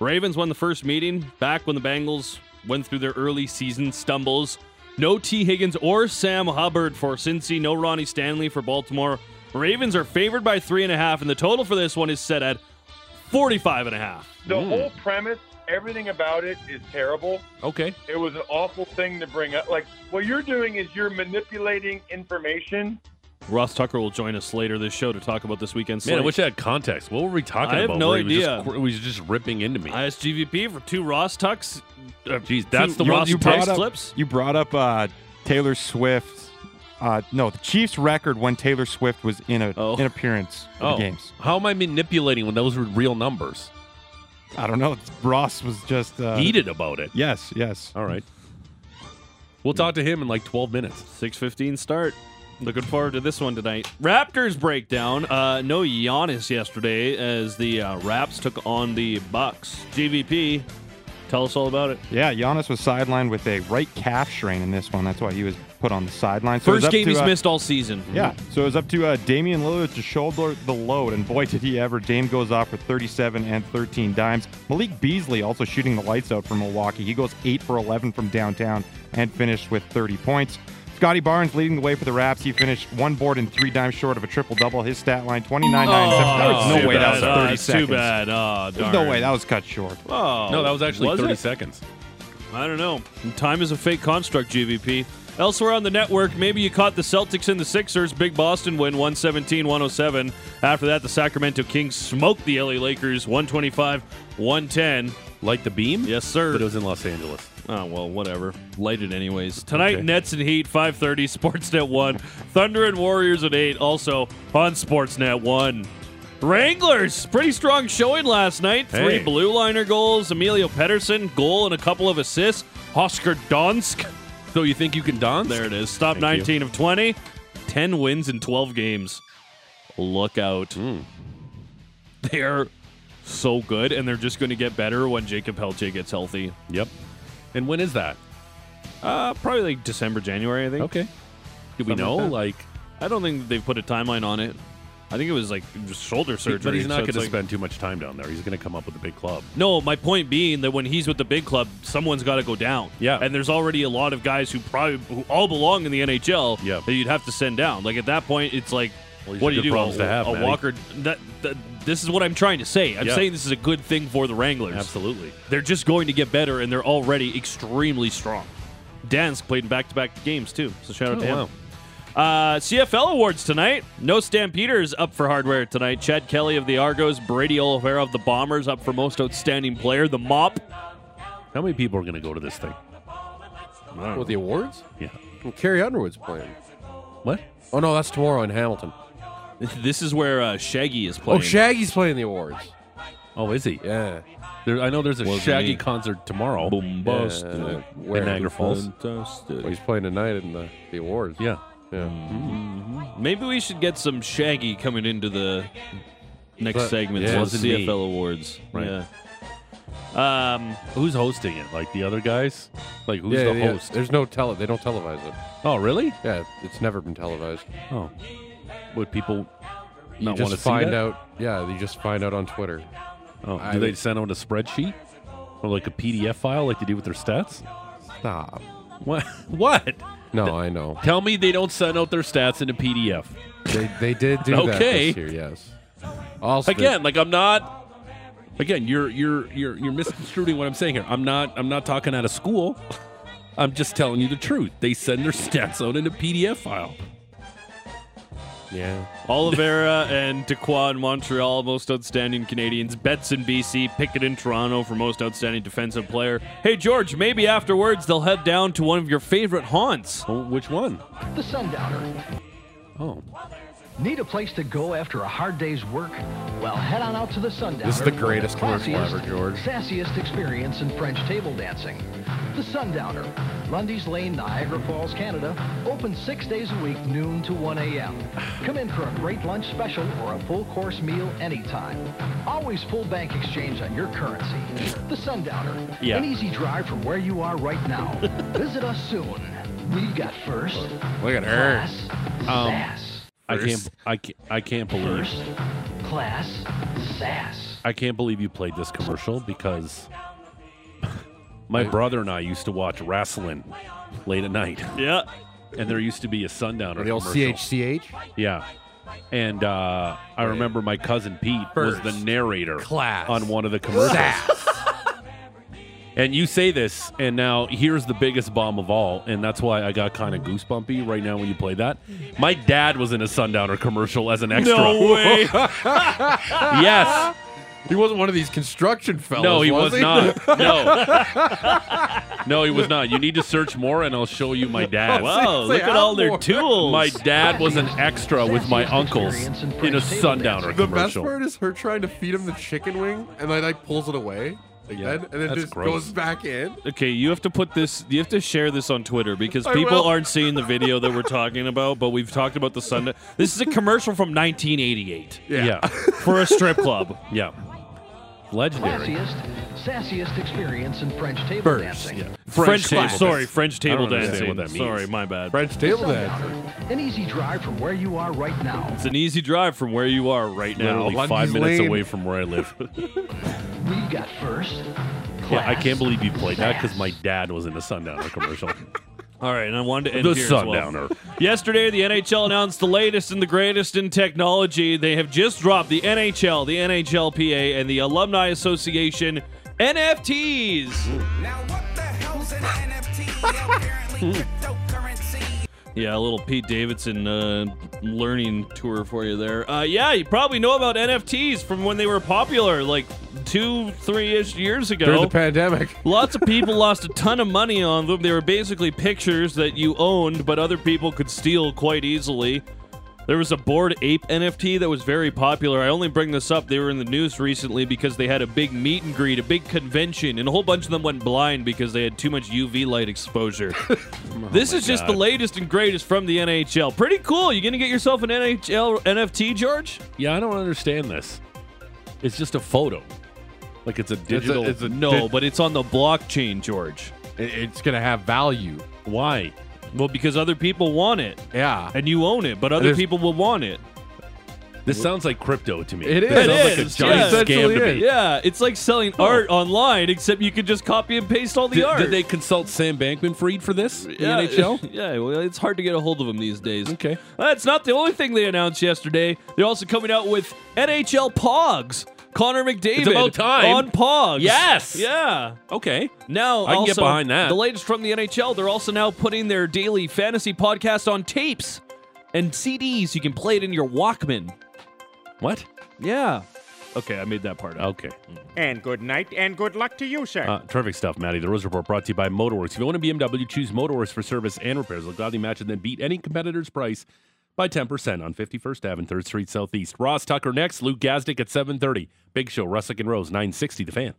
Ravens won the first meeting back when the Bengals went through their early season stumbles. No T. Higgins or Sam Hubbard for Cincy. No Ronnie Stanley for Baltimore. Ravens are favored by three and a half, and the total for this one is set at 45 and a half.
The
Mm.
whole premise, everything about it is terrible.
Okay.
It was an awful thing to bring up. Like, what you're doing is you're manipulating information.
Ross Tucker will join us later this show to talk about this weekend's
Man, I
slate.
wish I had context. What were we talking
I have
about?
no
where he was just
idea.
qu- he was just ripping into me.
ISGVP for two Ross Tucks. Uh, Jeez,
that's the
You-
Ross
you
Tucks
brought up,
clips?
You brought up uh, Taylor Swift. Uh, no, the Chiefs' record when Taylor Swift was in a in appearance for
Oh,
the games.
how am I manipulating when those were real numbers?
I don't know. Ross was just uh,
Heated about it.
Yes, yes.
All right. We'll talk to him in like 12 minutes.
6:15 start. Looking forward to this one tonight. Raptors breakdown. Uh, no Giannis yesterday as the uh, Raps took on the Bucks. GVP, tell us all about it.
Yeah, Giannis was sidelined with a right calf strain in this one. That's why he was put on the sideline. So it was
First
up
game
to,
he's
uh,
missed all season.
Yeah, so it was up to uh, Damian Lillard to shoulder the load, and boy, did he ever. Dame goes off for 37 and 13 dimes. Malik Beasley also shooting the lights out for Milwaukee. He goes 8 for 11 from downtown and finished with 30 points. Scotty Barnes leading the way for the Raps. He finished one board and three dimes short of a triple double. His stat line 29 9 7. There was
Oh,
no
too
way that was
bad. Oh,
30
it's too
seconds.
bad. Oh,
There's
darn.
no way that was cut short.
Oh,
No, that was actually 30
it?
seconds.
I don't know. Time is a fake construct, GVP. Elsewhere on the network, maybe you caught the Celtics and the Sixers. Big Boston win 117 107. After that, the Sacramento Kings smoked the LA Lakers 125 110.
Like the beam?
Yes, sir.
But it was in Los Angeles.
Oh, well, whatever. Light it anyways. Tonight, Nets and Heat, 530, Sportsnet 1. Thunder and Warriors at 8, also on Sportsnet 1. Wranglers, pretty strong showing last night. Three
Hey.
blue liner goals, Emilio Pedersen, goal and a couple of assists. Oscar Donsk.
So you think you can dance?
There it is. Stop
Thank you.
19 of 20. 10 wins in 12 games. Look out.
Hmm.
They're so good, and they're just going to get better when Jacob Helche gets healthy.
Yep. And when is that?
Uh, probably like December, January, I think.
Okay. Do we know? Like,
I don't think they've put a timeline on it. I think it was like just shoulder surgery.
But he's not
so
going
it's
to
like-
spend too much time down there. He's going to come up with a big club.
No, my point being that when he's with the big club, someone's got to go down.
Yeah.
and there's already a lot of guys who probably who all belong in the NHL.
Yeah.
that you'd have to send down. Like at that point, it's like,
Well, these
what
are
do you
good
do?
problems
a,
to have,
a
Matty.
Walker. That, that this is what I'm trying to say. I'm
Yeah.
saying this is a good thing for the Wranglers.
Absolutely.
They're just going to get better, and they're already extremely strong. Dansk played in back-to-back games too, so shout out
Oh,
to him.
wow.
Uh, CFL awards tonight. No Stampeders up for hardware tonight. Chad Kelly of the Argos, Brady Oliveira of the Bombers up for most outstanding player. The Mop. *laughs*
How many people are going to go to this thing?
With the awards?
Yeah.
And Carrie Underwood's playing.
What?
Oh no, that's tomorrow in Hamilton.
This is where uh, Shaggy is playing.
Oh, Shaggy's playing the awards.
Oh, is he?
Yeah.
There, I know there's a
Wasn't
Shaggy
me.
concert tomorrow.
Boom, bust.
Yeah,
in Niagara Falls.
Well, he's playing tonight in the, the awards.
Yeah. Mm.
Yeah.
Maybe we should get some Shaggy coming into the next
But-
segment.
Yeah.
of
Wasn't me.
CFL awards.
Right.
Yeah. Um,
who's hosting it? Like the other guys? Like who's
Yeah,
the
yeah.
host?
There's no tele. They don't televise it.
Oh, really?
Yeah, it's never been televised.
Oh, would people
You
not
just
want to
find
see that?
out. Yeah, you just find out on Twitter.
Oh,
I
do they
would-
send out a spreadsheet or like a PDF file, like they do with their stats?
Stop.
*laughs*
What? What?
No, I know.
Tell me they don't send out their stats in a PDF.
They, they
*laughs*
did do that
Okay.
this year. Yes. Also,
Again, like I'm not. Again, you're you're you're you're misconstruing what I'm saying here. I'm not I'm not talking out of school. I'm just telling you the truth. They send their stats out in a PDF file.
Yeah.
Oliveira and Dequa in Montreal, most outstanding Canadians. Betts in BC, Pickett in Toronto for most outstanding defensive player. Hey, George, maybe afterwards they'll head down to one of your favorite haunts.
which one?
The Sundowner.
Oh.
Need a place to go after a hard day's work? Well, head on out to the Sundowner.
This is the greatest commercial
Classiest,
ever, George.
Sassiest experience in French table dancing. The Sundowner, Lundy's Lane, Niagara Falls, Canada, open six days a week, noon to 1 a.m. Come in for a great lunch special or a full course meal anytime. Always full bank exchange on your currency. The Sundowner,
Yeah.
an easy drive from where you are right now. Visit us soon. We've got first.
Look at her. Um, I can't.
First.
I can't. I can't believe.
Class Sass.
I can't believe you played this commercial because *laughs* my brother and I used to watch wrestling late at night.
Yeah.
And there used to be a sundowner.
The old
commercial.
CHCH?
Yeah. And uh, I remember my cousin Pete was the narrator
Class.
on one of the commercials. and you say this, and now here's the biggest bomb of all, and that's why I got kind of goosebumpy right now when you play that. My dad was in a sundowner commercial as an extra.
No way.
*laughs* yes.
He wasn't one of these construction fellas.
No, he was,
was he?
not.
*laughs*
*laughs*
No. no, he was not. You need to search more and I'll show you my dad.
Wow, They look at have all their more. tools.
My dad was an extra with my uncles in a sundowner
The best
commercial.
part is her trying to feed him the chicken wing, and then like pulls it away, like
Yeah,
that, and then
that's
just
gross.
goes back in.
Okay, you have to put this. You have to share this on Twitter because
I
people
will.
aren't seeing the video that we're talking about. But we've talked about the Sunday. This is a commercial from 1988.
Yeah.
for a strip club.
Yeah, legendary.
Classiest, sassiest experience in French table dancing.
French,
table
table.
dance.
Sorry, French
I don't
table
understand
dancing.
what that means.
Sorry, my
*laughs*
bad.
French
Sundowner, An easy drive from where you are right now.
It's an easy drive from where you are right now.
Literally five minutes away from where I live.
We've got first.
yeah, I can't believe you played that because my dad was in a sundowner commercial.
All right, and I wanted to end
The
here as well.
Sundowner.
Yesterday, the NHL announced the latest and the greatest in technology. They have just dropped the NHL, the NHLPA, and the Alumni Association NFTs. Yeah, a little Pete Davidson uh, learning tour for you there. Uh, yeah, you probably know about NFTs from when they were popular, like two, three ish years ago.
During the pandemic.
Lots of people lost a ton of money on them. They were basically pictures that you owned, but other people could steal quite easily. There was a bored ape NFT that was very popular. I only bring this up. They were in the news recently because they had a big meet and greet, a big convention, and a whole bunch of them went blind because they had too much UV
*laughs*
light exposure. this
Oh my
is just the
God.
latest and greatest from the NHL. Pretty cool. You gonna get yourself an NHL NFT, George?
Yeah, I don't understand this. It's just a photo. Like it's a digital.
it's a
no,
dig-
but it's on the blockchain, George.
It's gonna have value.
Why?
Well, because other people want it.
Yeah.
And you own it, but other
There's-
people will want it.
This sounds like crypto to me.
It
This sounds like
is. It
a
is,
giant
yeah.
scam to
Essentially
me.
Yeah, it's like selling art online, except you could just copy and paste all the
Did,
art.
did they consult Sam Bankman-Fried for this? The
yeah,
*laughs*
NHL.
*laughs* Yeah, well, it's hard to get a hold of them these days.
Okay.
That's not the only thing they announced yesterday. They're also coming out with NHL Pogs. Connor McDavid
about time.
on Pogs.
Yes.
Yeah.
Okay.
Now
I can get
also,
behind that.
The latest from the NHL. They're also now putting their daily fantasy podcast on tapes and CDs. You can play it in your Walkman.
What?
Yeah. Okay, I made that part up.
Okay.
And good night and good luck to you, sir.
Uh, terrific stuff, Matty. The Rose Report brought to you by Motorworks. If you own a BMW, choose Motorworks for service and repairs. They'll gladly match and then beat any competitor's price by 10% on 51st Ave and 3rd Street Southeast. Ross Tucker next, Luke Gazdick at 7.30. Big Show, Russick and Rose, 960, The Fan.